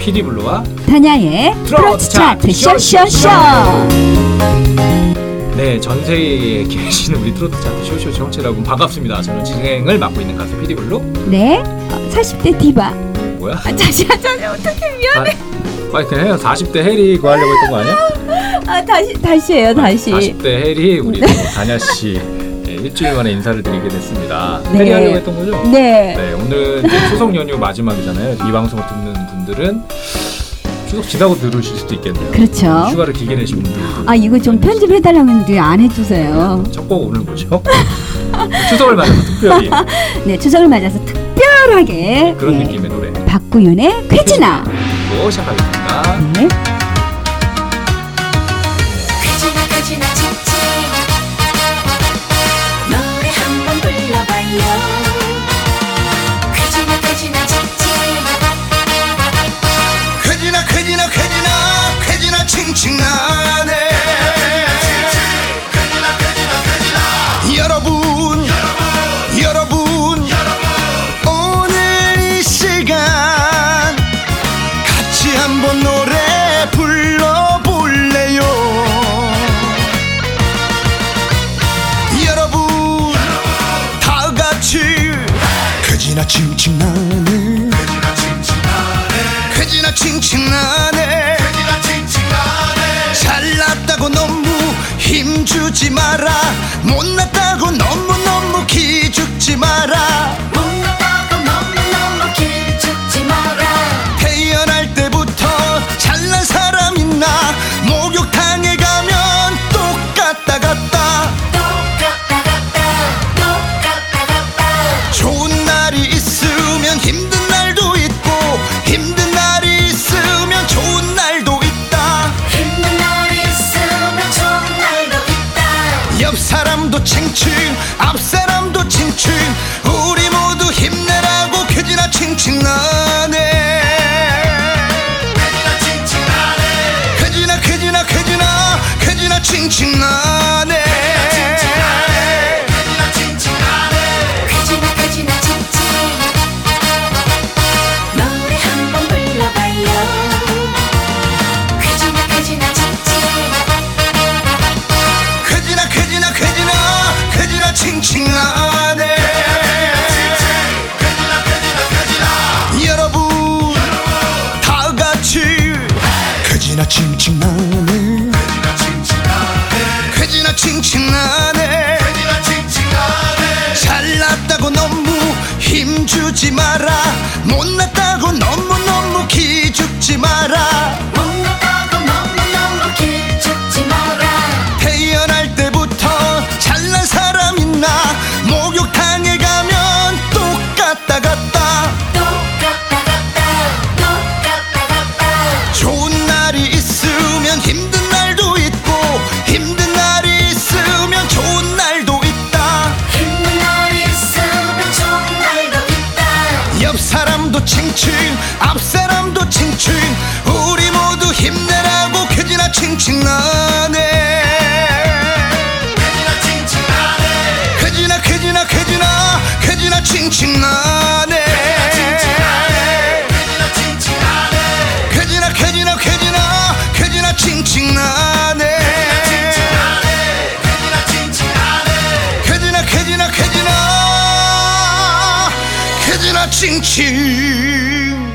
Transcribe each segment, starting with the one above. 피디블루와 다냐의 트로트 차트 쇼쇼쇼 네, 전 세계에 계신 우리 트로트 차트 쇼쇼 정체라고 반갑습니다. 저는 진행을 맡고 있는 가수 피디블루. 네 어, 40대 디바 뭐야? 아, 다시 하자면 어떻게 미안 아니 그냥 40대 해리 구하려고 했던 거 아니야? 아, 다시 다시 해요 다시 40대 해리 우리 또 다냐 씨 네, 일주일 만에 인사를 드리게 됐습니다. 네. 해리 하려고 했던 거죠? 네 네, 오늘 이제 추석 연휴 마지막이잖아요. 이 방송을 듣는 분들은 추석 지나고 들으실 수도 있겠네요. 그렇죠 휴가를 길게 내신 분들. 아 이거 좀 편집해달라고 했는데 안 해주세요 첫곡 오늘 뭐죠? 추석을 맞아서 특별히 네 추석을 맞아서 특별하게 그런 네, 느낌의 노래 박구윤의 쾌지나 듣고 시작하겠습니다. 네. 그지나 그지나 칙칙 노래 한번 불러봐요 그지나 그지나 칙칙 쾌지나 쾌지나 쾌지나 쾌지나 칭칭나네 여러분 여러분 오늘 이 시간 같이 한번 노래 불러볼래요 여러분 다 같이 쾌지나 칭칭나네 쾌지나 칭칭나네 잘났다고 너무 힘주지 마라 못났다고 너무너무 기죽지 마라 못났다고 너무너무 기죽지 마라 태어날 때부터 잘난 사람 있나 목욕탕에 가면 똑같다 같다 똑같다 같다 똑같다 같다 좋은 날이 있으면 힘든 날도 있고 힘든 날이 있으면 좋은 날도 있다 힘든 날이 있으면 좋은 날도 있다 옆 사람도 칭칭 앞 사람도 칭칭 우리 모두 힘내라고 쾌지나 칭칭 나네 쾌지나 쾌지나 쾌지나 쾌지나 칭칭 나네 그지나 그지나 칙칙 노래 한번 불러봐요 그지나 그지나 칙칙 쾌지나 쾌지나 쾌지나 쾌지나 칭칭 나네 여러분 다 같이 쾌지나 칭칭 나네 쾌지나 칭칭 나네 잘났다고 너무 힘주지 마라 못났다고 너무너무 기죽지 마라 못났다고 너무너무 기죽지 마라 태어날 때부터 잘난 사람 있나 목욕탕에 가면 똑같다 같다 똑같다 같다 똑같다 같다 좋은 날이 있으면 힘든 날도 있고 힘든 날이 있으면 좋은 날도 있다 힘든 날이 있으면 좋은 날도 있다 옆 사람도 칭칭 앞 사람도 칭칭 우리 모두 힘내라고 쾌지나 칭칭 나네 쾌지나 쾌지나 쾌지나 쾌지나 칭칭 나네 쾌지나 쾌지나 쾌지나 쾌지나 칭칭 나네 쾌지나 쾌지나 쾌지나 쾌지나 칭칭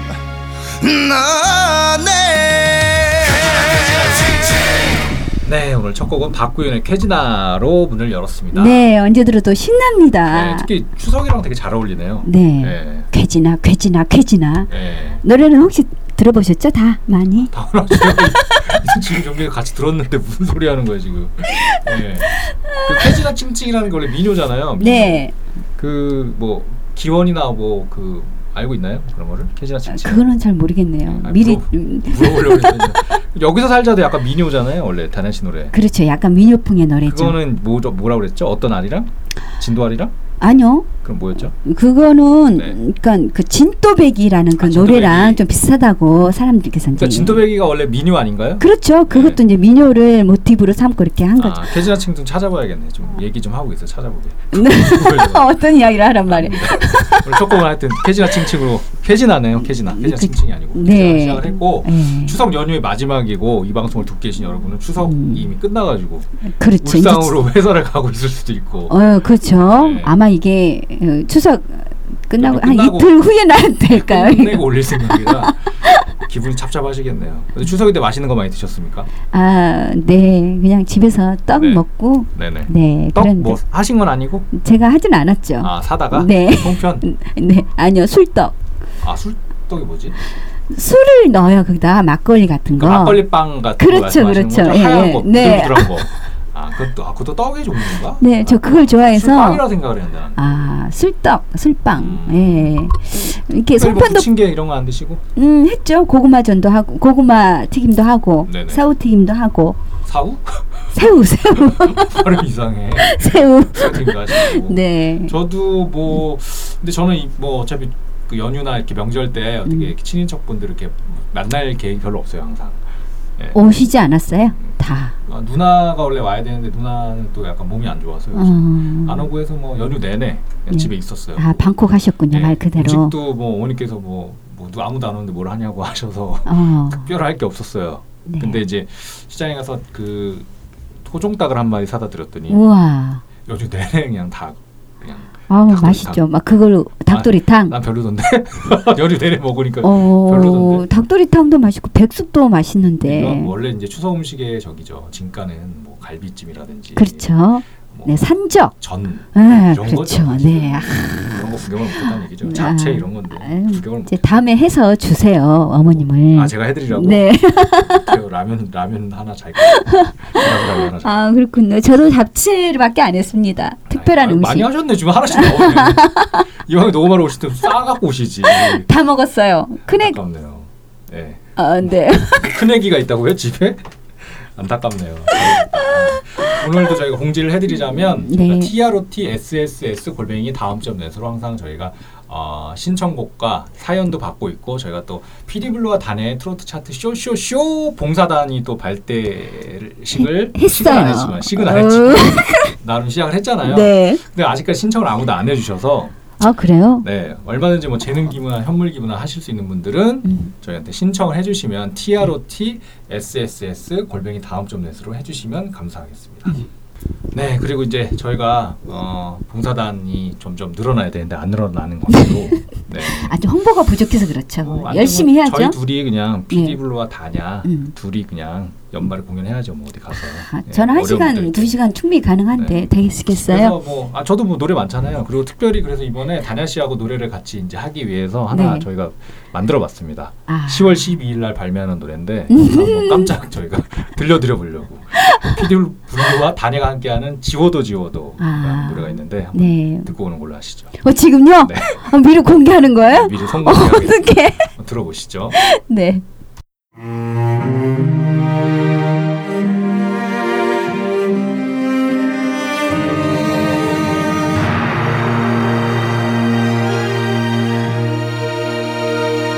나네 네, 오늘 첫 곡은 박구윤의 캐지나로 문을 열었습니다. 네 언제 들어도 네, 신납니다 특히 추석이랑 되게 잘 어울리네요. 네 네. 쾌지나 쾌지나 쾌지나 네. 노래는 혹시 들어보셨죠 다 많이 지금 종교에 같이 들었는데 무슨 소리 하는 거야 지금? 네. 그 캐지나 칭칭이라는 게 원래 민요잖아요. 네 그뭐 기원이나 뭐 그 알고 있나요 그런 거를 캐지나 아, 칭칭? 그거는 잘 모르겠네요 아, 미리 물어보- 음, 물어보려고 했는데 여기서 살자도 약간 민요잖아요 원래 다냐 씨 노래. 그렇죠 약간 민요풍의 노래죠 그거는 뭐 뭐라 그랬죠? 어떤 알이랑 진도 알이랑? 아니요. 그럼 뭐였죠? 그러니까 그거는 네. 그러니까 그 진또배기라는 그 아, 노래랑 진또배기. 좀 비슷하다고 사람들께서 이제 그러니까 진또배기가 네. 원래 민요 아닌가요? 그렇죠. 그것도 이제 민요를 모티브로 삼고 이렇게 한 거죠. 음. 아, 캐지나 칭좀 찾아봐야겠네. 좀 얘기 좀 하고 있어. 찾아보게. 아. 어떤 이야기를 하란 말이에요. 오늘 조금 하여튼 캐지나 칭칭으로 캐지나네요. 캐지나. 캐지나 그- 칭칭이 아니고. 캐지나 네. 시작을 했고 네. 추석 연휴의 마지막이고 이 방송을 듣고 계신 여러분은 추석이 음. 이미 끝나가지고 그렇죠. 이제 울상으로 회사를 가고 있을 수도 있고 어, 그렇죠. 네. 아마 이게 어, 추석 끝나고 한 끝나고 이틀 후에 나올 때일까요? 끝내고 올릴 생각이라 기분이 찹찹하시겠네요. 근데 추석인데 맛있는 거 많이 드셨습니까? 아, 네. 그냥 집에서 떡 네. 먹고 네네. 네. 떡 그런데 뭐 하신 건 아니고 제가 하진 않았죠. 아 사다가 네. 송편 네. 아니요. 술떡. 아 술떡이 뭐지? 술을 넣어요. 거기다 막걸리 같은 그 거. 막걸리 빵 같은 어. 그렇죠, 거 말씀하시는 그렇죠. 거죠? 하얀 예, 거, 네. 부들부들한 거. 아 그것도 아 그것도 떡의 종류인가? 네, 저 그걸 좋아해서 술빵이라 생각을 했는데 나는. 아, 술떡, 술빵. 음. 예. 이렇게 그리고 송편도 부침개 이런 거 안 드시고 음, 했죠. 고구마전도 하고 고구마 튀김도 하고 네네. 새우 튀김도 하고 사우? 새우 새우 발음 이상해. 새우. 사우팅도 하시고. 네. 저도 뭐 근데 저는 이- 뭐 어차피 그 연휴나 이렇게 명절 때 어떻게 음. 이렇게 친인척분들 이렇게 만날 계획이 별로 없어요 항상. 예. 오시지 않았어요? 다. 아, 누나가 원래 와야 되는데 누나는 또 약간 몸이 안 좋아서 어. 요즘 안 오고 해서 뭐 연휴 내내 그냥 예. 집에 있었어요. 네. 아, 방콕 하셨군요. 말 그대로. 음식도 뭐 어머니께서 뭐, 뭐 누- 아무도 안 오는데 뭘 하냐고 하셔서 어. 특별히 할 게 없었어요. 네. 근데 이제 시장에 가서 그 토종닭을 한 마리 사다 드렸더니 우와. 연휴 내내 그냥 닭 그냥 아우, 닭도리탕. 맛있죠. 막 그걸 닭도리탕. 난 별로던데 연휴 내내 먹으니까 어, 네. 별로던데. 뭐 닭도리탕도 맛있고 백숙도 맛있는데. 이건 원래 이제 추석 음식의 저기죠. 진가는 뭐 갈비찜이라든지 그렇죠. 뭐 네, 산적. 전 아, 이런 그렇죠. 거죠. 네. 아, 이런 거 구경을 못했다는 얘기죠. 아, 잡채 이런 건데 아유, 구경을 네. 이제 못했. 다음에 해서 주세요, 어머님을. 아 제가 해드리라고. 네. 어떡해요. 라면 라면 하나 잘. 라면 하나 잘. 아, 그렇군요. 저도 잡채밖에 안 했습니다. 특별한 아유, 음식. 많이 하셨네 지금 하나씩 나오네. 이왕에 녹음하러 오실 때 싸갖고 오시지. 다 먹었어요. 큰애, 안타깝네요. 예. 네. 아, 네. 큰 애기가 있다고요 집에? 안타깝네요. 아, 오늘도 저희가 공지를 해드리자면 네. TROT SSS 골뱅이 다음 점 내서로 항상 저희가 어, 신청곡과 사연도 받고 있고 저희가 또 피디블루와 단의 트로트 차트 쇼쇼쇼 봉사단이 또 발대식을 했어요. 식은 안 했지만 식은 안 했지만 나름 시작을 했잖아요. 네. 근데 아직까지 신청을 아무도 안 해주셔서 아, 그래요? 네, 얼마든지 뭐 재능 기부나 현물 기부나 하실 수 있는 분들은 음. 저희한테 신청을 해주시면 TROT SSS 골뱅이 다음 점 넷으로 해주시면 감사하겠습니다. 음. 네, 그리고 이제 저희가 어, 봉사단이 점점 늘어나야 되는데 안 늘어나는 것으로 네. 아주 홍보가 부족해서 그렇죠. 뭐, 안 열심히 되면 저희 해야죠. 둘이 그냥 예. 피디블루와 다냐 음. 둘이 그냥 연말에 공연해야죠 뭐 어디 가서. 아, 예, 저는 한 어려운 시간, 분들 두 시간 충분히 가능한데 네. 되시겠어요? 그래서 뭐, 아, 저도 뭐 노래 많잖아요. 그리고 특별히 그래서 이번에 다냐 씨하고 노래를 같이 이제 하기 위해서 하나 네. 저희가 만들어 봤습니다. 아. 음. 10월 12일 날 발매하는 노래인데 한번 깜짝 저희가 들려드려 보려고. 뭐 피디블루와 다냐가 함께하는 지워도 지워도라는 아. 노래가 있는데 한번 네. 듣고 오는 걸로 하시죠. 어, 지금요? 네. 아, 미리 공개하는 거예요? 미리 어, 성공하게 어떡해. 들어보시죠. 네.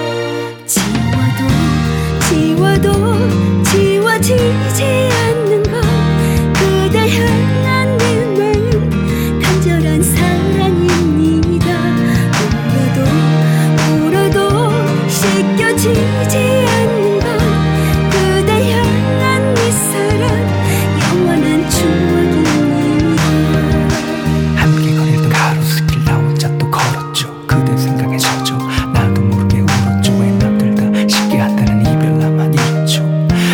지워도 지워도 지워지지 않는 것 그대 향하는 마음 간절한 사랑입니다 울어도 울어도 씻겨지지 않는 것 그대 향한 이 사랑 영원한 추억입니다 함께 걸던 가로수길 나 혼자 또 걸었죠 그대 생각에 젖어 나도 모르게 울었죠 왜 남들 다 쉽게 한다는 이별 나만 잊죠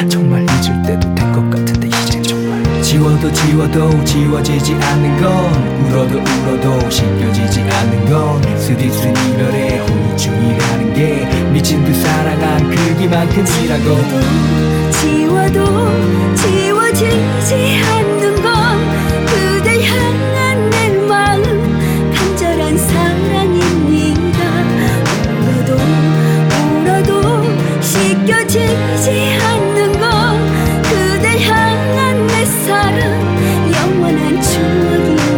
정말 잊을 때도 된 것 같은데 이젠 정말 지워도 지워도 지워지지 않는 건 울어도 울어도 씻겨지지 않는 건 스디쓴 이별의 후유증이라는 게 미친 듯 사랑한 그 그기만큼이라고 지워도 지워지지 않는 건 그대 향한 내 마음 간절한 사랑입니다 울어도 울어도 씻겨지지 않는 건 그대 향한 내 사랑 영원한 추억입니다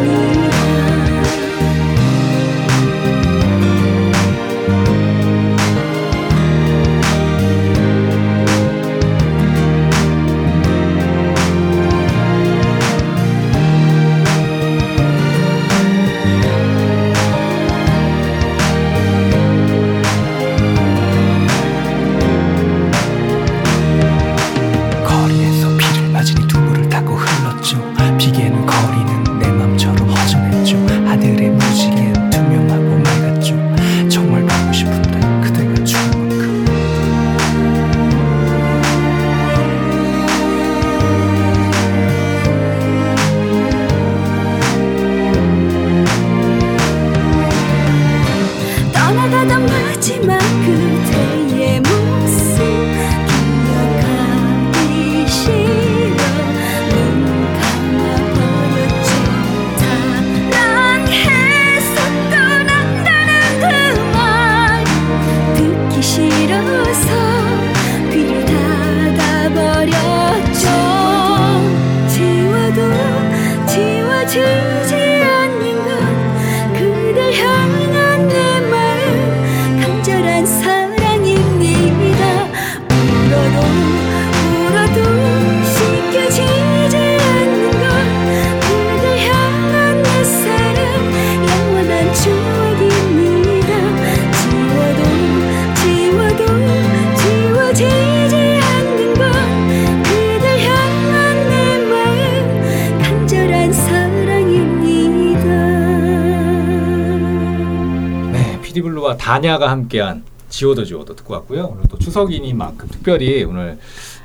그 디블루와 네, 다냐가 함께한 지워도 지워도 듣고 왔고요. 오늘 또 추석인인 만큼 특별히 오늘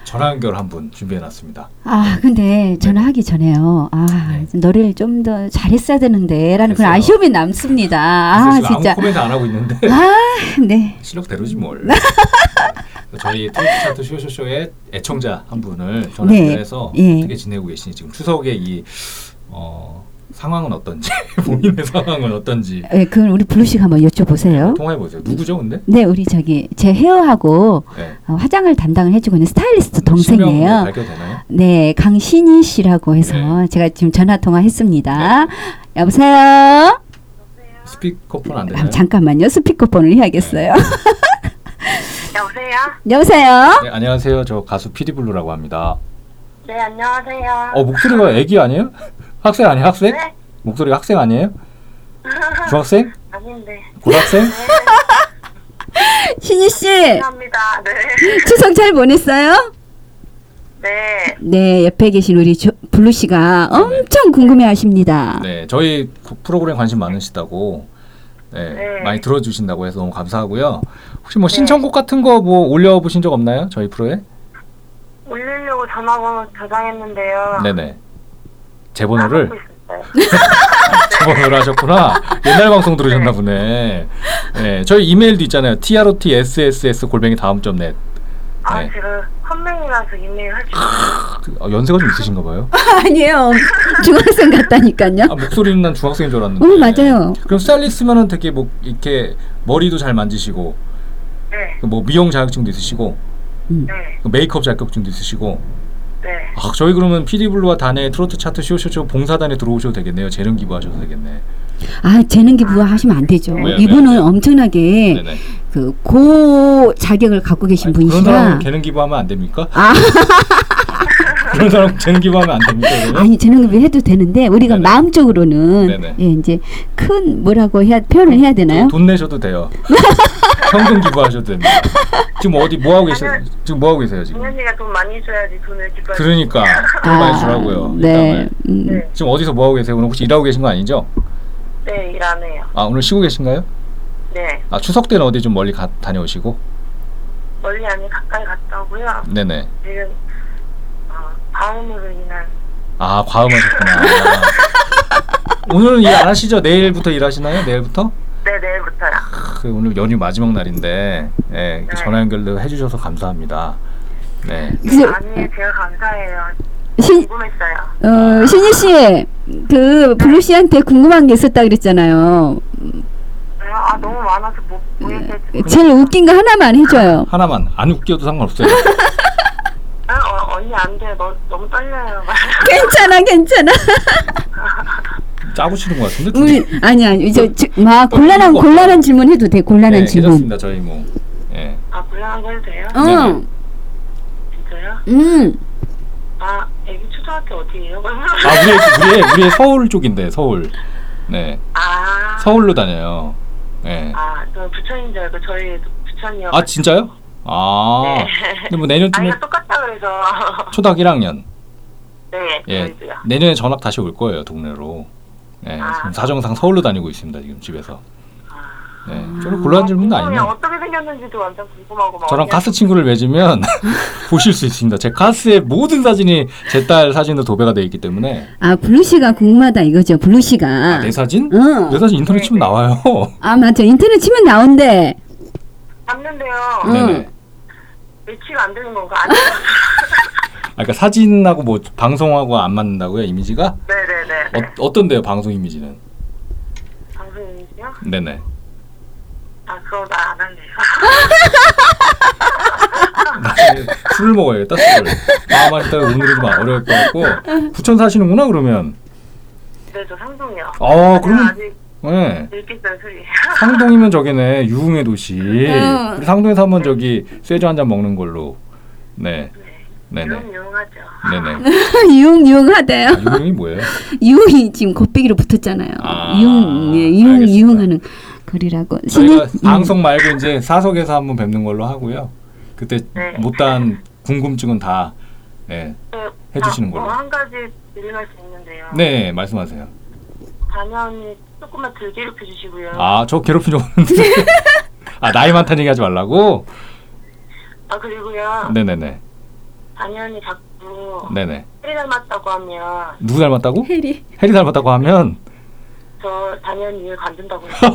전화 연결 한 분 준비해놨습니다. 아 근데 전화하기 전에요. 아 네. 너를 좀 더 잘했어야 되는데라는 됐어요. 그런 아쉬움이 남습니다. 아 그래서 지금 진짜. 아무 코멘트 안 하고 있는데 아 네. 실력대로지 뭘. 저희 트위치 차트 쇼쇼쇼의 애청자 한 분을 전화 네. 연결해서 예. 어떻게 지내고 계시니 지금 추석에 이 어, 상황은 어떤지 본인의 상황은 어떤지 예, 그건 우리 블루씨 한번 여쭤보세요. 통화해 보세요. 누구죠 근데? 네, 우리 저기 제 헤어하고 네. 어, 화장을 담당을 해주고 있는 스타일리스트 실명 뭐 동생이에요. 밝혀도 되나요? 네, 강신희 씨라고 해서 네. 제가 지금 전화 통화했습니다. 여보세요. 스피커폰 안 되나요? 아, 잠깐만요. 스피커폰을 해야겠어요. 여보세요? 여보세요. 네, 안녕하세요. 저 가수 피디블루라고 합니다. 네, 안녕하세요. 어 목소리가 애기 아니에요? 학생 아니에요? 학생? 네? 목소리가 학생 아니에요? 중학생? 아닌데. 고등학생? 네. 신희 씨, 감사합니다. 네. 추석 잘 보냈어요? 네. 네, 옆에 계신 우리 조, 블루 씨가 엄청 궁금해하십니다. 네, 저희 그 프로그램 관심 많으시다고 네, 네. 많이 들어주신다고 해서 너무 감사하고요. 혹시 뭐 신청곡 같은 거 뭐 올려보신 적 없나요? 저희 프로에? 올리려고 전화번호 저장했는데요. 네네. 제 번호를 하고 있었어요. 제 번호를 하셨구나. 옛날 방송 들으셨나 보네. 네, 저희 이메일도 있잖아요. trotsss 골뱅이 다음 점 net. 아, 네. 지금 컴맹이라서 이메일 할수 어, 연세가 좀 있으신가 봐요. 아니에요. 중학생 같다니까요. 아, 네. 목소리는 난 중학생인 줄 알았는데. 오, 어, 맞아요. 그럼 스타일리스트면은 되게 뭐 이렇게 머리도 잘 만지시고 네. 뭐 미용 자격증도 있으시고 음. 그 네. 메이크업 자격증도 있으시고 네. 아, 저희 그러면 피디블루와 단의 트로트 차트 쇼쇼쇼 봉사단에 들어오셔도 되겠네요. 재능 기부하셔도 되겠네. 아, 재능 기부가 하시면 안 되죠. 왜요? 이분은 엄청나게 네, 네네. 그 고 자격을 갖고 계신 아니, 그런 음, 분이시라 사람 재능 기부하면 안 됩니까? 아. 그런 사람 재능 기부하면 안 됩니까? 그러면? 아니 재능 기부 해도 되는데 우리가 네네. 마음적으로는 네네. 예, 이제 큰 뭐라고 해야 표현을 해야 되나요? 돈 내셔도 돼요. 현금 기부하셔도 됩니다. 지금 어디 뭐 하고 계세요? 지금 뭐 하고 계세요 지금? 민현이가 돈 많이 줘야지 돈을 기뻐해. 그러니까 돈 많이 주라고요. 아, 네. 일단은. 음. 네. 지금 어디서 뭐 하고 계세요? 오늘 혹시 일하고 계신 거 아니죠? 네, 일 안 해요. 아 오늘 쉬고 계신가요? 네. 아 추석 때는 어디 좀 멀리 가, 다녀오시고? 멀리 아니 가까이 갔다 오고요. 네네. 지금, 어, 다음으로 인한. 아 과음하셨구나. 오늘은 일 안 하시죠? 내일부터 일하시나요? 내일부터? 네, 내일부터요. 크, 오늘 연휴 마지막 날인데 예, 이렇게 네. 전화 연결도 해주셔서 감사합니다. 네. 그래서 아니, 제가 감사해요. 신, 궁금했어요. 어, 신유 씨, 그 블루 네. 씨한테 궁금한 게 있었다 그랬잖아요. 아, 너무 많아서 못, 못 얘기했지. 제일 웃긴 거 하나만 해줘요. 하나만 안 웃겨도 상관없어요. 아, 어, 언니 안 돼. 너, 너무 떨려요. 괜찮아, 괜찮아. 짜고 치는 것 같은데. 둘이? 우리 아니 아니 저막 곤란한 어, 곤란한 질문 해도 돼. 곤란한 네, 질문. 괜찮습니다. 저희 뭐. 예. 아, 불안한 거 해도 돼요? 어, 네네. 진짜요? 음. 아, 애기 초등학교 어디예요? 아 우리 애- 우리 애- 우리 애 서울 쪽인데 서울. 네. 아, 서울로 다녀요. 예. 아, 저 부천인 줄 알고 저희 부천이요. 네. 아 진짜요? 아. 근데 뭐 내년쯤에 아이가 똑같다 그래서. 초등학 1학년. 네, 예. 저희도요. 내년에 전학 다시 올 거예요 동네로. 예. 아. 지금 사정상 서울로 다니고 있습니다 지금 집에서. 네. 별로 아, 곤란한 질문은 궁금해요. 아니네요. 어떻게 생겼는지도 완전 궁금하고 막. 저랑 어디야? 가스 친구를 맺으면 보실 수 있습니다. 제 가스의 모든 사진이 제 딸 사진으로 도배가 되어 있기 때문에 아 블루 씨가 궁금하다 이거죠. 블루 씨가. 아, 내 사진? 응. 내 사진 인터넷 네, 치면 나와요. 아 맞죠. 인터넷 치면 나온대. 봤는데요. 응. 네네. 매치가 안 되는 건가? 안 되는 아, 그러니까 사진하고 뭐 방송하고 안 맞는다고요 이미지가? 네네네. 어, 어떤데요 방송 이미지는? 방송이시요? 네네. 아, 그거 나 안 할래요. 나중에 술을 먹어야겠다 술을. 마음만 있다가 오늘은 좀 어려울 것 같고 부천 사시는구나 그러면. 네, 저 상동이요. 아 제가 그러면 아직 네. 읽겠어요, 소리. 상동이면 저기네 유흥의 도시. 우리 상동에서 한번 저기 쇠주 한 잔 먹는 걸로. 네. 네네. 그럼 유용하죠. 네네. 유흥 유흥하대요. 아, 유흥이 뭐예요? 유흥이 지금 곱빼기로 붙었잖아요. 아, 유흥 예, 유흥 알겠습니다. 유흥하는 거리라고. 신이 저희가 방송 말고 이제 사석에서 한번 뵙는 걸로 하고요. 그때 네. 못다한 궁금증은 다 네, 네, 해주시는 아, 걸로. 어, 한 가지 질문할 수 있는데요. 네 말씀하세요. 당연히 조금만 덜 괴롭혀 주시고요. 아, 아, 저 괴롭힌 적 없는데. 아, 나이 많다는 얘기 하지 말라고? 아, 그리고요. 네네네. 당연히 자꾸 네네. 해리 닮았다고 하면 누구 닮았다고? 해리. 해리 닮았다고 하면 저 당연히 일 관둔다고 해요. 어,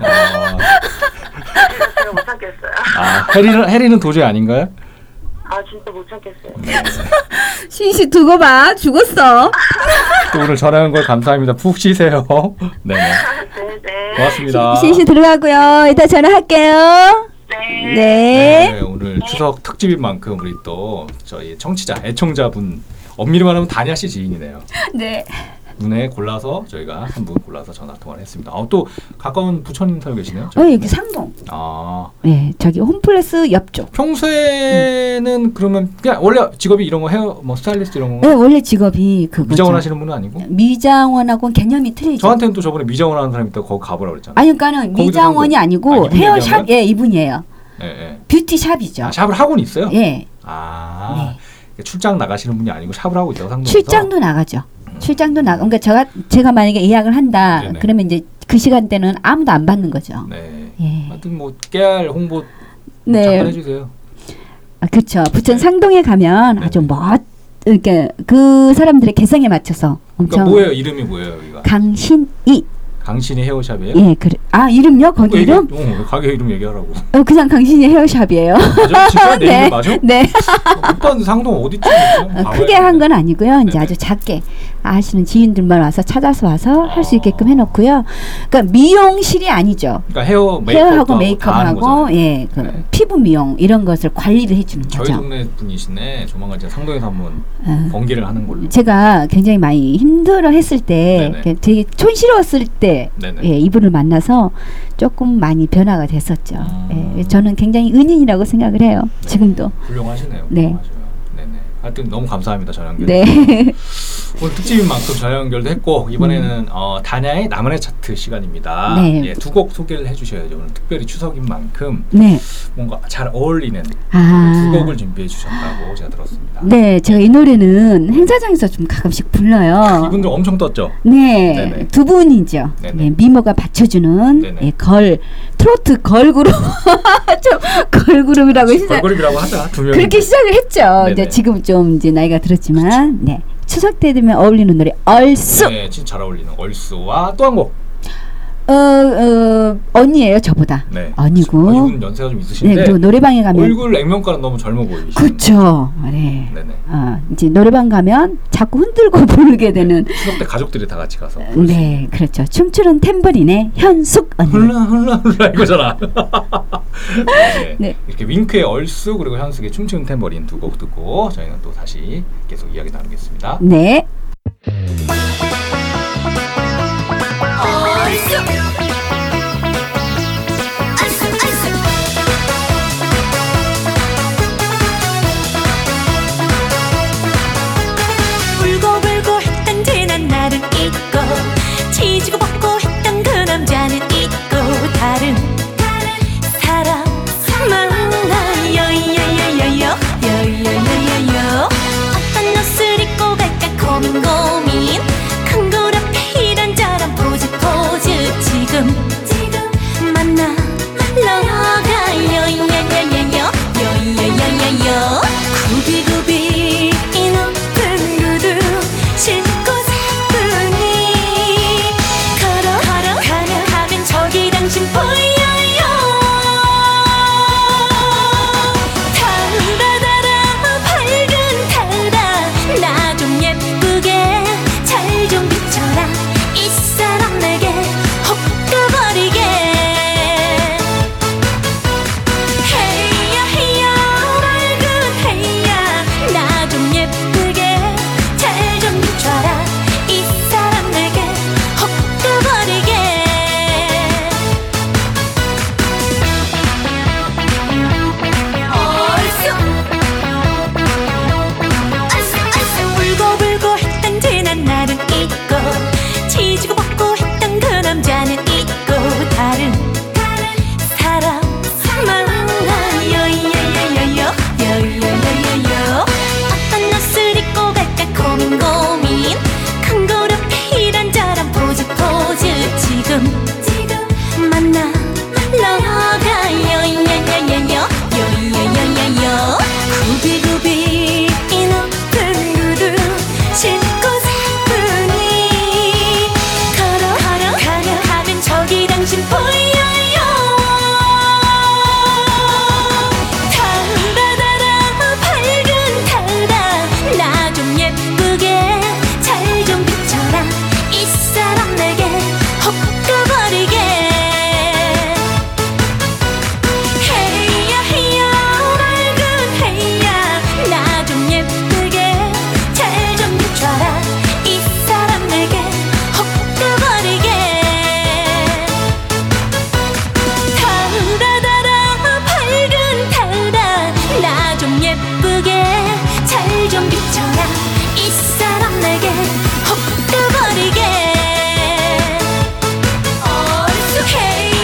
그래서 제가 못 참겠어요. 아, 해리는 해리는 도저히 아닌가요? 아 진짜 못 참겠어요. 신씨 두고 봐. 죽었어. 또 오늘 전화한 걸 감사합니다. 푹 쉬세요. 네네. 네, 네. 고맙습니다. 신씨 들어가고요. 이따 전화할게요. 네. 네. 네, 오늘 추석 특집인 만큼 우리 또 저희 청취자 애청자분 엄밀히 말하면 다냐 씨 지인이네요. 네. 눈에 골라서 저희가 한 분 골라서 전화 통화를 했습니다. 아, 또 가까운 부천인 살고 계시네요. 어, 여기 상동. 아 네, 저기 홈플러스 옆쪽. 평소에는 그러면 그냥 원래 직업이 이런 거 헤어 뭐 스타일리스트 이런 네, 그렇죠. 거 원래 직업이 그거. 미장원 하시는 분은 아니고 미장원하고 개념이 틀리죠. 저한테는 또 저번에 미장원 하는 사람 있다고 거기 가보라 그랬잖아요. 아니 그러니까는 거기도 미장원이 하고. 아니고 아, 이분이 헤어샵 얘기하는 예 이분이에요. 예, 예. 뷰티 샵이죠. 아, 샵을 하고는 있어요. 예. 네. 아 출장 나가시는 분이 아니고 샵을 하고 있다고 상동에서 출장도 나가죠. 출장도 나가. 그러니까 제가 제가 만약에 예약을 한다. 네네. 그러면 이제 그 시간대는 아무도 안 받는 거죠. 네. 예. 하여튼 뭐 깨알 홍보 잠깐 네. 해주세요. 아, 그렇죠. 네. 부천 상동에 가면 아주 멋 이렇게 그 사람들의 개성에 맞춰서 그러니까 엄청 뭐예요? 이름이 뭐예요? 여기가 강신이 강신이 헤어샵이에요. 예, 그래. 아, 이름요? 거기 얘기- 이름? 어, 가게 이름 얘기하라고. 어, 그냥 강신이 헤어샵이에요. 맞아? 진짜 내 이름 맞아? 네. 북한 뭐 상동 어디쯤이에요? 어, 크게 한 건 아니고요. 이제 네네. 아주 작게 아시는 지인들만 와서 찾아서 와서 할 수 있게끔 해놓고요. 그러니까 미용실이 아니죠. 그러니까 헤어 메이크업도 헤어하고 다 하는 메이크업하고 거잖아요. 예, 그 네. 피부 미용 이런 것을 관리를 해주는 저희 거죠. 동네 분이시네. 조만간 제가 상동에서 한번 아. 번개를 하는 걸로. 제가 굉장히 많이 힘들어했을 때, 네네. 이렇게 되게 촌스러웠을 때, 네네. 예, 이분을 만나서 조금 많이 변화가 됐었죠. 음. 예, 저는 굉장히 은인이라고 생각을 해요. 지금도. 훌륭하시네요. 네. 맞아요. 네네. 하여튼 너무 감사합니다 전화 연결. 네. 오늘 특집인 만큼 전화 연결도 했고 이번에는 어, 다냐의 나만의 차트 시간입니다. 음. 네. 예, 두 곡 소개를 해주셔야죠. 오늘 특별히 추석인 만큼 네. 뭔가 잘 어울리는 아. 두 곡을 준비해 주셨다고 제가 들었습니다. 네, 제가 이 노래는 행사장에서 좀 가끔씩 불러요. 이분들 엄청 떴죠. 네, 네네. 두 분이죠. 네네. 네, 미모가 받쳐주는 네네. 예, 걸 트로트 걸 그룹 좀 걸그룹이라고 시작 걸그룹이라고 하자 두 명. 아, 그렇게 시작을 했죠. 네네. 그렇죠. 이제 지금 좀 이제 나이가 들었지만 네 추석 때 되면 어울리는 노래 얼쑤 네, 진짜 잘 어울리는 얼쑤와 또 한 곡. 어, 어 언니예요 저보다 네. 언니고 어, 이분 연세가 좀 네, 있으신데 또 노래방에 가면 얼굴 액면가는 너무 젊어 보이시네. 그쵸 네. 네네. 어, 이제 노래방 가면 자꾸 흔들고 부르게 되는 추석 때 가족들이 다 같이 가서. 네 그렇죠 춤추는 탬버린의 현숙 언니 훌라 훌라 훌라 이거잖아. 네. 네. 이렇게 윙크의 얼쑤 그리고 현숙의 춤추는 탬버린 두 곡 듣고 저희는 또 다시 계속 이야기 나누겠습니다. 네 얼쑤 얼쑤 얼쑤 울고불고 했던 지난 날은 잊고 치지고 받고 했던 그 남자는 잊고 다른 사람 만나요 요요요요 요요요요요 어떤 옷을 입고 갈까 고민 고민 큰 그룹 이런저런 포즈 포즈 지금 뭐그그 당신 보여요 달달달아 뭐 밝은 달아 나 좀 예쁘게 잘 좀 비춰라 이 사람 내게 헉 가버리게 헤이야 헤이야 맑은 헤이야 나 좀 예쁘게 잘 좀 비춰라 이 사람 내게 헉 가버리게 달아달아 밝은 달아 나 좀 예쁘게 잘 좀 비춰라 이 사람 내게 헉 가버리게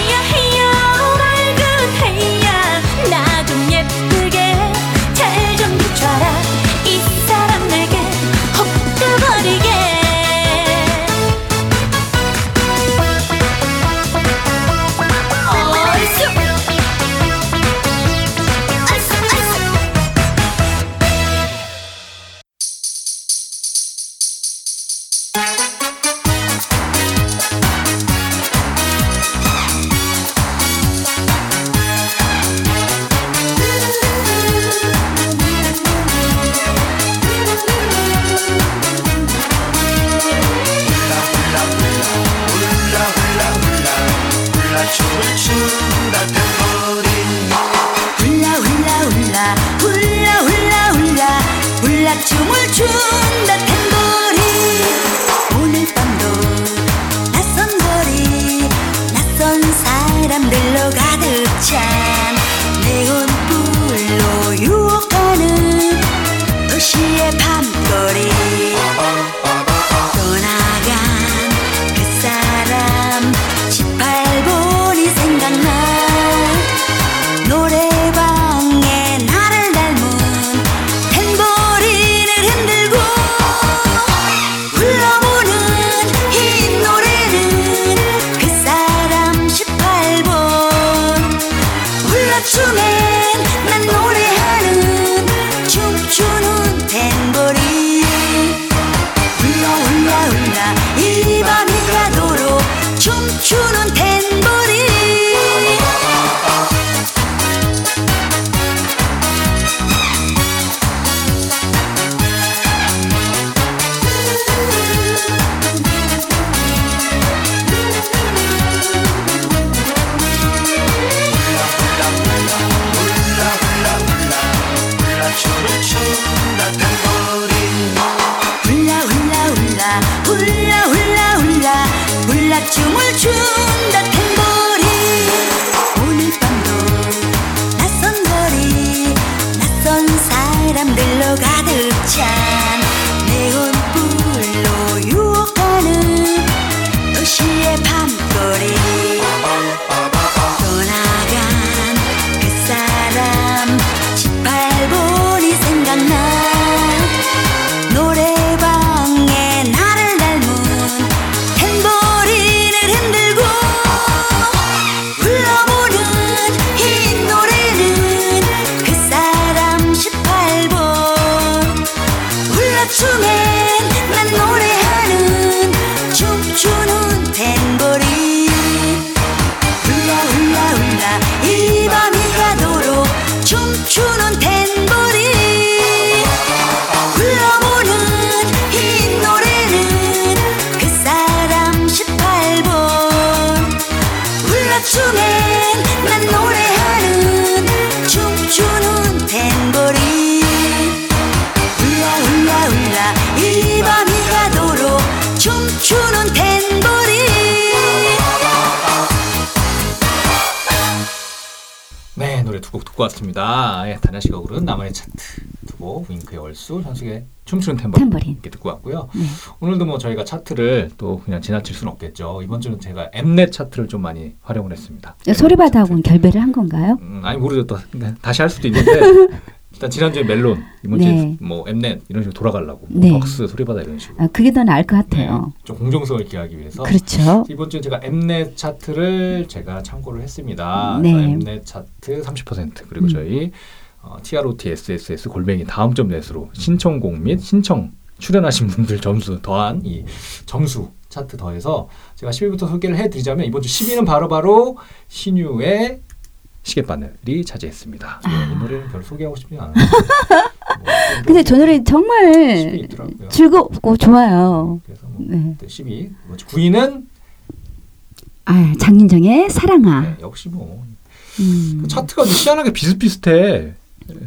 어리숙해야 해야 맑은 해야 나 좀 예쁘게 잘 좀 비춰라 이 사람 내게 헛 떠버리게 어리숙 아이스 아이스 훌라 훌라 훌라 훌라 훌라 훌라 훌라 춤을 춘다 탬버리 오늘 밤도 낯선 거리 낯선 사람들로 가득 찬 네온 불로 유혹하는 도시의 밤거리 떠나간 그 사람 18번이 생각나 노래방에 나를 닮은 탬버린을 흔들고 불러보는 이 노래는 그 사람 18번 홀라춤엔 난 노래하는 춤추는 탬버린 울라 울라 울라 이 밤이 가도록 춤추는 탬버린 훌라 훌라 훌라 훌라 훌라 훌라 훌라 춤을 춘다 탬버리 오늘 밤도 낯선 거리 낯선 사람들로 가득 찬 네온 불로 유혹하는 도시의 밤거리 떠나간 그 사람 18번이 생각나 노래방에 나를 닮은 탬버린을 흔들고 불러보는 이 노래는 그 사람 18번 훌라춤엔 난 노래하는 춤추는 탬버린 울라 울라 울라 이 밤이 가도록 춤추는 탬버린 불러보는 이 노래는 그 사람 18번 훌라춤엔 난 노래하는 춤추는 탬버린 울라 울라 울라 이 밤이 가도록 춤추는 탬버린 네 노래 두 곡 듣고 왔습니다. 예, 다나 씨가 고른 나만의 차트 두곡 윙크의 월수 현숙의 춤추는 탬버린, 탬버린. 이렇게 듣고 왔고요. 오늘도 뭐 저희가 차트를 또 그냥 지나칠 수는 없겠죠. 이번 주는 제가 엠넷 차트를 좀 많이 활용을 했습니다. 소리바다하고는 결별을 한 건가요? 음, 아니 모르죠. 또 다시 할 수도 있는데 일단 지난주에 멜론 이번 네. 주에 뭐 엠넷 이런 식으로 돌아가려고 네. 벅스 소리바다 이런 식으로 아, 그게 더 나을 것 네, 같아요. 좀 공정성을 기하기 위해서 그렇죠. 이번 주에 제가 엠넷 차트를 제가 참고를 했습니다. 네. 음. 그래서 엠넷 차트 30% 그리고 저희 어, TROT SSS 골뱅이 다음 점 넷으로 신청곡 및 신청 출연하신 분들 점수 더한 이 점수 차트 더해서 제가 10위부터 소개를 해드리자면 이번 주 10위는 바로바로 신유의 시계바늘이 차지했습니다. 예, 이 노래는 별로 소개하고 싶지 않아요. 뭐, 아. 근데 저 노래 정말 있더라고요. 즐겁고 좋아요. 그래서 뭐 네. 10위. 9위는 아, 장윤정의 사랑아. 역시 뭐 음. 차트가 좀 희한하게 비슷비슷해.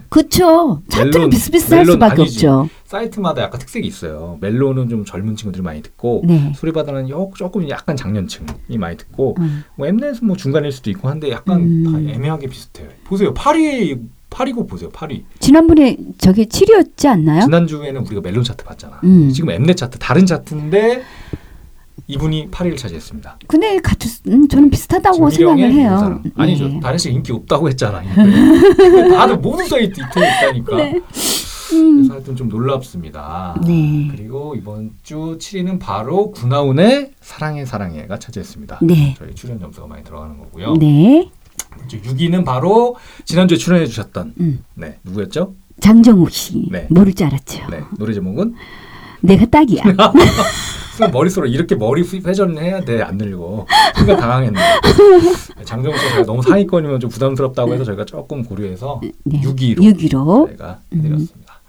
그쵸. 차트는 멜론, 비슷비슷할 멜론 수밖에 아니지. 없죠. 사이트마다 약간 특색이 있어요. 멜로는 좀 젊은 친구들이 많이 듣고 네. 소리바다는 요- 조금 약간 장년층이 많이 듣고 음. 뭐 엠넷은 뭐 중간일 수도 있고 한데 약간 음. 다 애매하게 비슷해요. 보세요. 8위 8위고 보세요. 8위. 지난번에 저기 7위였지 않나요? 지난주에는 우리가 멜론 차트 봤잖아. 네? 음. 지금 엠넷 차트 다른 차트인데 이분이 8위를 차지했습니다. 근데 같은 음, 저는 비슷하다고 김미령의 생각을 해요. 사랑. 아니죠. 네. 다른 씨 인기 없다고 했잖아. 인기. 다들 모든 사이트 이태에 있다니까. 네. 음. 그래서 하여튼 좀 놀랍습니다. 네. 그리고 이번 주 7위는 바로 구나운의 사랑해 사랑해가 차지했습니다. 네. 저희 출연 점수가 많이 들어가는 거고요. 네. 이번 주 6위는 바로 지난주에 출연해 주셨던 음. 네 누구였죠? 장정욱 씨 네. 모를 줄 알았죠. 네 노래 제목은 내가 딱이야. 순간 머릿속으로 이렇게 머리 휘- 회전을 해야 돼안 늘리고 순간 당황했네. 장정욱 씨가 너무 상위권이면 좀 부담스럽다고 해서 저희가 조금 고려해서 네. 6위로 유기로 음, 저희가 해드렸습니다.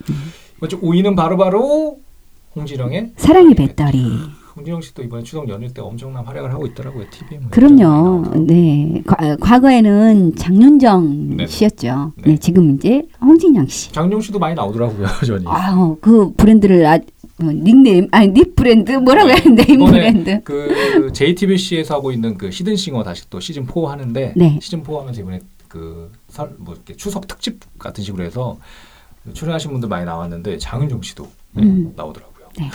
이번 주 5위는 바로 바로 홍진영의 네. 사랑의 배터리. 홍진영 씨도 이번에 추석 연휴 때 엄청난 활약을 하고 있더라고요 TV에. 뭐 그럼요. 네. 과, 과거에는 장윤정 네. 씨였죠. 네. 네. 지금 이제 홍진영 씨. 장용 씨도 많이 나오더라고요 전이. 아우, 그 브랜드를 아, 어, 닉네임 아니 닉 브랜드 뭐라고 해야 되나? 네임 브랜드. 그 JTBC에서 하고 있는 그 시든싱어 다시 또 시즌 4 하는데 네. 시즌 4 하면서 이번에 그설뭐 이렇게 추석 특집 같은 식으로 해서 그 출연하신 분들 많이 나왔는데 장윤종 씨도 네, 음. 나오더라고요. 네.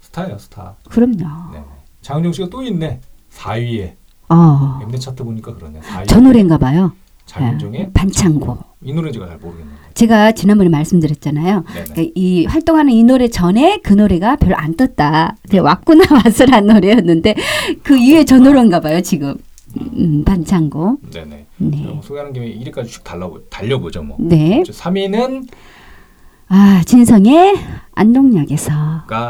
스타예요 스타. 그럼요. 네. 장윤종 씨가 또 있네 4위에 어. 엠넷 차트 보니까 그러네 4위. 저 노래인가 봐요. 네. 장윤종의 반창고. 이 노래 제가 잘 모르겠는데. 제가 지난번에 말씀드렸잖아요. 네네. 그러니까 이 활동하는 이 노래 전에 그 노래가 별로 안 떴다. 근데 네. 왔구나 왔어란 노래였는데 아, 그 이후에 저 노래인가 봐요 지금. 음, 반창고. 네네. 뭐. 네. 그럼 소개하는 김에 1위까지 쭉 달라보, 달려보죠 뭐. 네. 3위는가 아 진성의 안동역에서.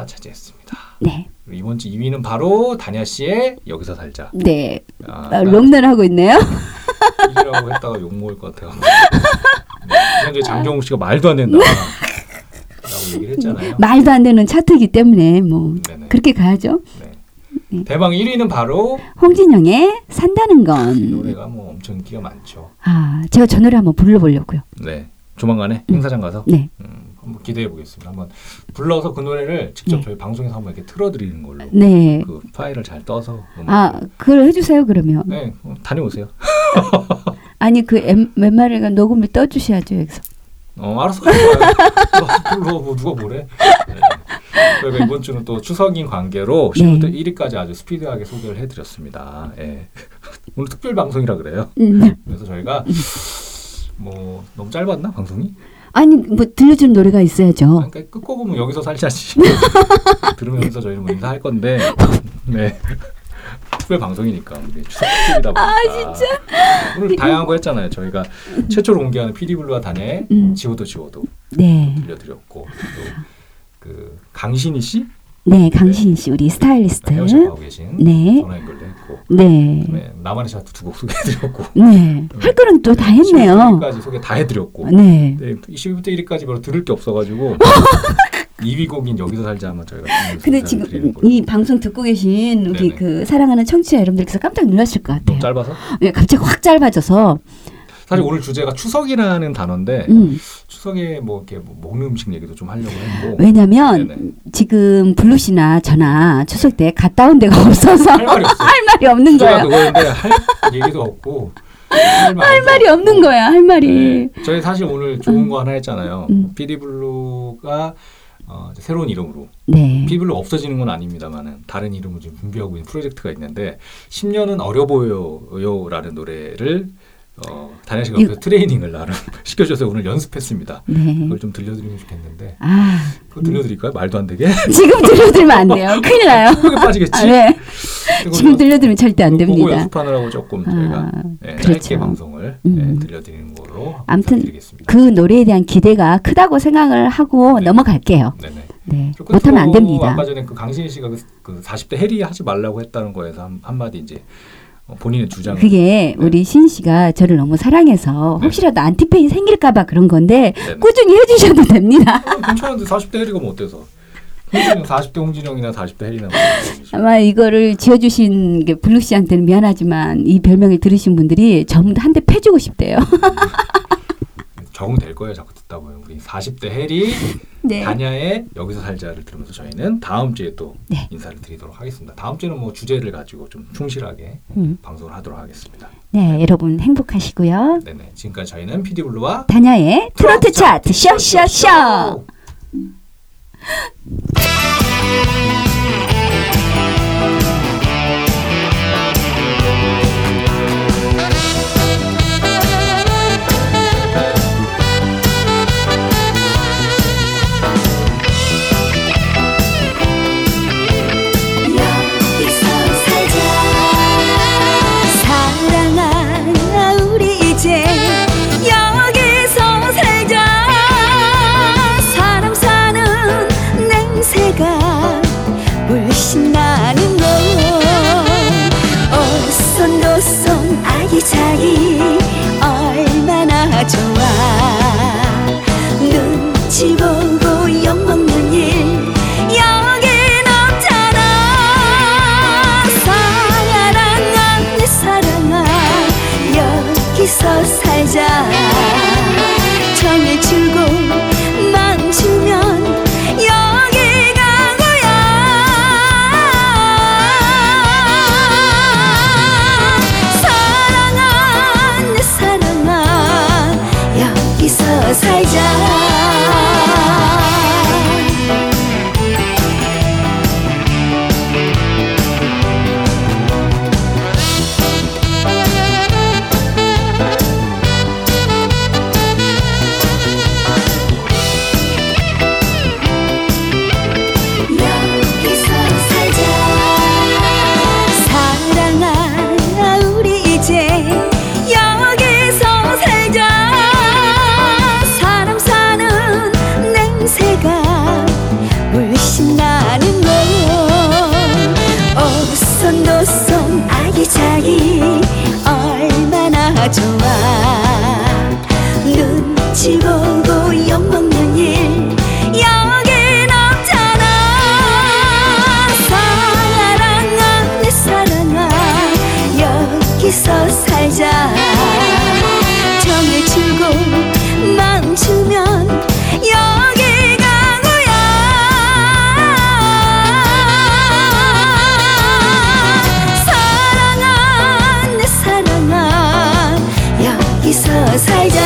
차지했습니다. 네. 그리고 이번 주 2위는 바로 다냐 씨의 여기서 살자. 네. 아, 아, 롱런 하고 있네요. 1위라고 했다가 욕 먹을 것 같아요. 네, 지난주에 장경욱 씨가 말도 안 된다라고 얘기를 했잖아요. 말도 안 되는 차트이기 때문에 뭐 네네. 그렇게 가야죠. 네. 대망 1위는 바로 홍진영의 산다는 이 건. 노래가 뭐 엄청 인기가 많죠. 아 제가 저 노래 한번 불러보려고요. 네. 조만간에 행사장 가서 네. 음, 한번 기대해 보겠습니다. 한번 불러서 그 노래를 직접 네. 저희 방송에서 한번 이렇게 틀어드리는 걸로 네. 그 파일을 잘 떠서 아 음악을. 그걸 해주세요 그러면. 네 어, 다녀오세요. 아니 그 엠- 웬만해가 녹음을 떠주셔야죠 여기서. 어 알았어. 누가 불러 뭐 누가 뭐래. 네. 저희가 이번 주는 또 추석인 관계로 네. 10월부터 1위까지 아주 스피드하게 소개를 해드렸습니다. 예. 오늘 특별 방송이라 그래요. 음. 그래서 저희가 뭐 너무 짧았나 방송이? 아니 뭐 들려주는 노래가 있어야죠. 그러니까 끝고 보면 여기서 살자지. 들으면서 저희는 뭐 인사할 건데. 네. 특별 방송이니까 우리 추석 특집이다 보니까. 아 진짜. 오늘 다양한 거 했잖아요. 저희가 최초로 공개하는 피디블루와 단의 음. 지워도 지워도. 네, 들려드렸고 또그 강신희 씨 네 강신 씨 우리 스타일리스트. 헤어샵 하고 계신 네. 전화 연결도 했고 네, 그다음에 나만의 샷도 두곡 소개해드렸고 네. 할 거는 또 다 했네요. 10위까지 소개 다 해드렸고 네. 네, 10위부터 1위까지 별로 들을 게 없어가지고 2위 곡인 여기서 살자 한번 저희가 준비해서 근데 소개를 지금 네, 드리는 걸로. 이 방송 듣고 계신 우리 네네. 그 사랑하는 청취자 여러분들께서 깜짝 놀라실 것 같아요. 너무 짧아서 예, 갑자기 확 짧아져서 사실 오늘 주제가 추석이라는 단어인데 네. 음. 추석에 뭐 이렇게 뭐 먹는 음식 얘기도 좀 하려고 했고 왜냐면 네네. 지금 블루시나 저나 추석 때 갔다 온 데가 없어서 할 말이 없어 할 말이 없는 주제가 거야. 그거인데 할 얘기도 없고 할 할 말이 어. 없는 거야. 할 말이. 네, 저희 사실 오늘 좋은 거 하나 했잖아요. 음. 피디블루가 어, 이제 새로운 이름으로 네. 피디블루 없어지는 건 아닙니다만은 다른 이름을 지금 준비하고 있는 프로젝트가 있는데 10년은 어려 보여요라는 노래를 어, 다현 씨가 이거- 그 트레이닝을 나름 시켜줘서 오늘 연습했습니다. 네. 그걸 좀 들려드리면 좋겠는데 아, 그거 들려드릴까요? 말도 안 되게 지금 들려드리면 안 돼요. 큰일 나요. 크게 빠지겠지. 아, 네. 그리고 지금 들려드리면 절대 안 그거 보고 됩니다. 연습하느라고 조금 아, 저희가 예, 짧게 그렇죠. 방송을 음. 예, 들려드리는 걸로 아무튼 드리겠습니다. 그 노래에 대한 기대가 크다고 생각을 하고 네. 넘어갈게요. 네네. 네. 저 끝으로 못하면 안 됩니다. 아까 전에 그 강신희 씨가 그, 그 40대 해리 하지 말라고 했다는 거에서 한, 한마디 이제 어, 본인의 주장을 그게 우리 신 씨가 저를 너무 사랑해서 네. 혹시라도 안티팬이 생길까봐 그런 건데 네. 꾸준히 해주셔도 됩니다. 어, 괜찮은데 40대 해리가 뭐 어때서? 홍진영 40대 홍진영이나 40대 해리나 뭐 이런 거지. 아마 이거를 지어주신 게 블루 씨한테는 미안하지만 이 별명을 들으신 분들이 전부 다 한 대 패주고 싶대요. 적응될 거예요. 자꾸 듣다 보면 우리 40대 해리 네. 다냐의 여기서 살자를 들으면서 저희는 다음 주에 또 네. 인사를 드리도록 하겠습니다. 다음 주에는 뭐 주제를 가지고 좀 충실하게 음. 방송을 하도록 하겠습니다. 네, 여러분 행복하시고요. 네네 지금까지 저희는 PD 블루와 다냐의 트로트 차트 쇼쇼쇼. 여기서 살자 사랑아 우리 이제 여기서 살자 사람 사는 냄새가 물씬 나는 너 오손도손 아기자기 얼마나 좋아 눈치 보고 욕먹는 일 여긴 없잖아 사랑아 내 사랑아 여기서 살자 정을 주고 마음 주면 여기가 고야 사랑아 내 사랑아 여기서 살자 여기서 살자 사랑아 우리 이제 여기서 살자 사람 사는 냄새가 물씬 나는 너 오손도손 아기자기 얼마나 좋아 눈치 보고 욕먹는 일 여긴 없잖아 사랑아 내 사랑아 여기서 살자 정을 주고 마음 주면 여기가 고야 사랑아 내 사랑아 여기서 살자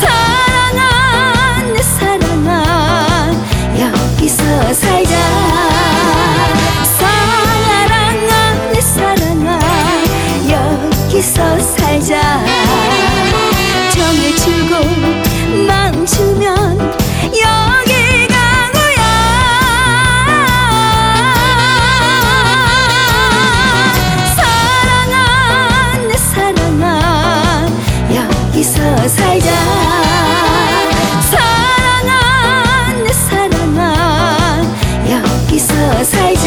사랑아 내 사랑아 여기서 살자 사랑아 내 사랑아 여기서 살자 정을 주고 마음 주면 여기가 고야 사랑아 내 사랑아 여기서 살자 사랑아 내 사랑아 여기서 살자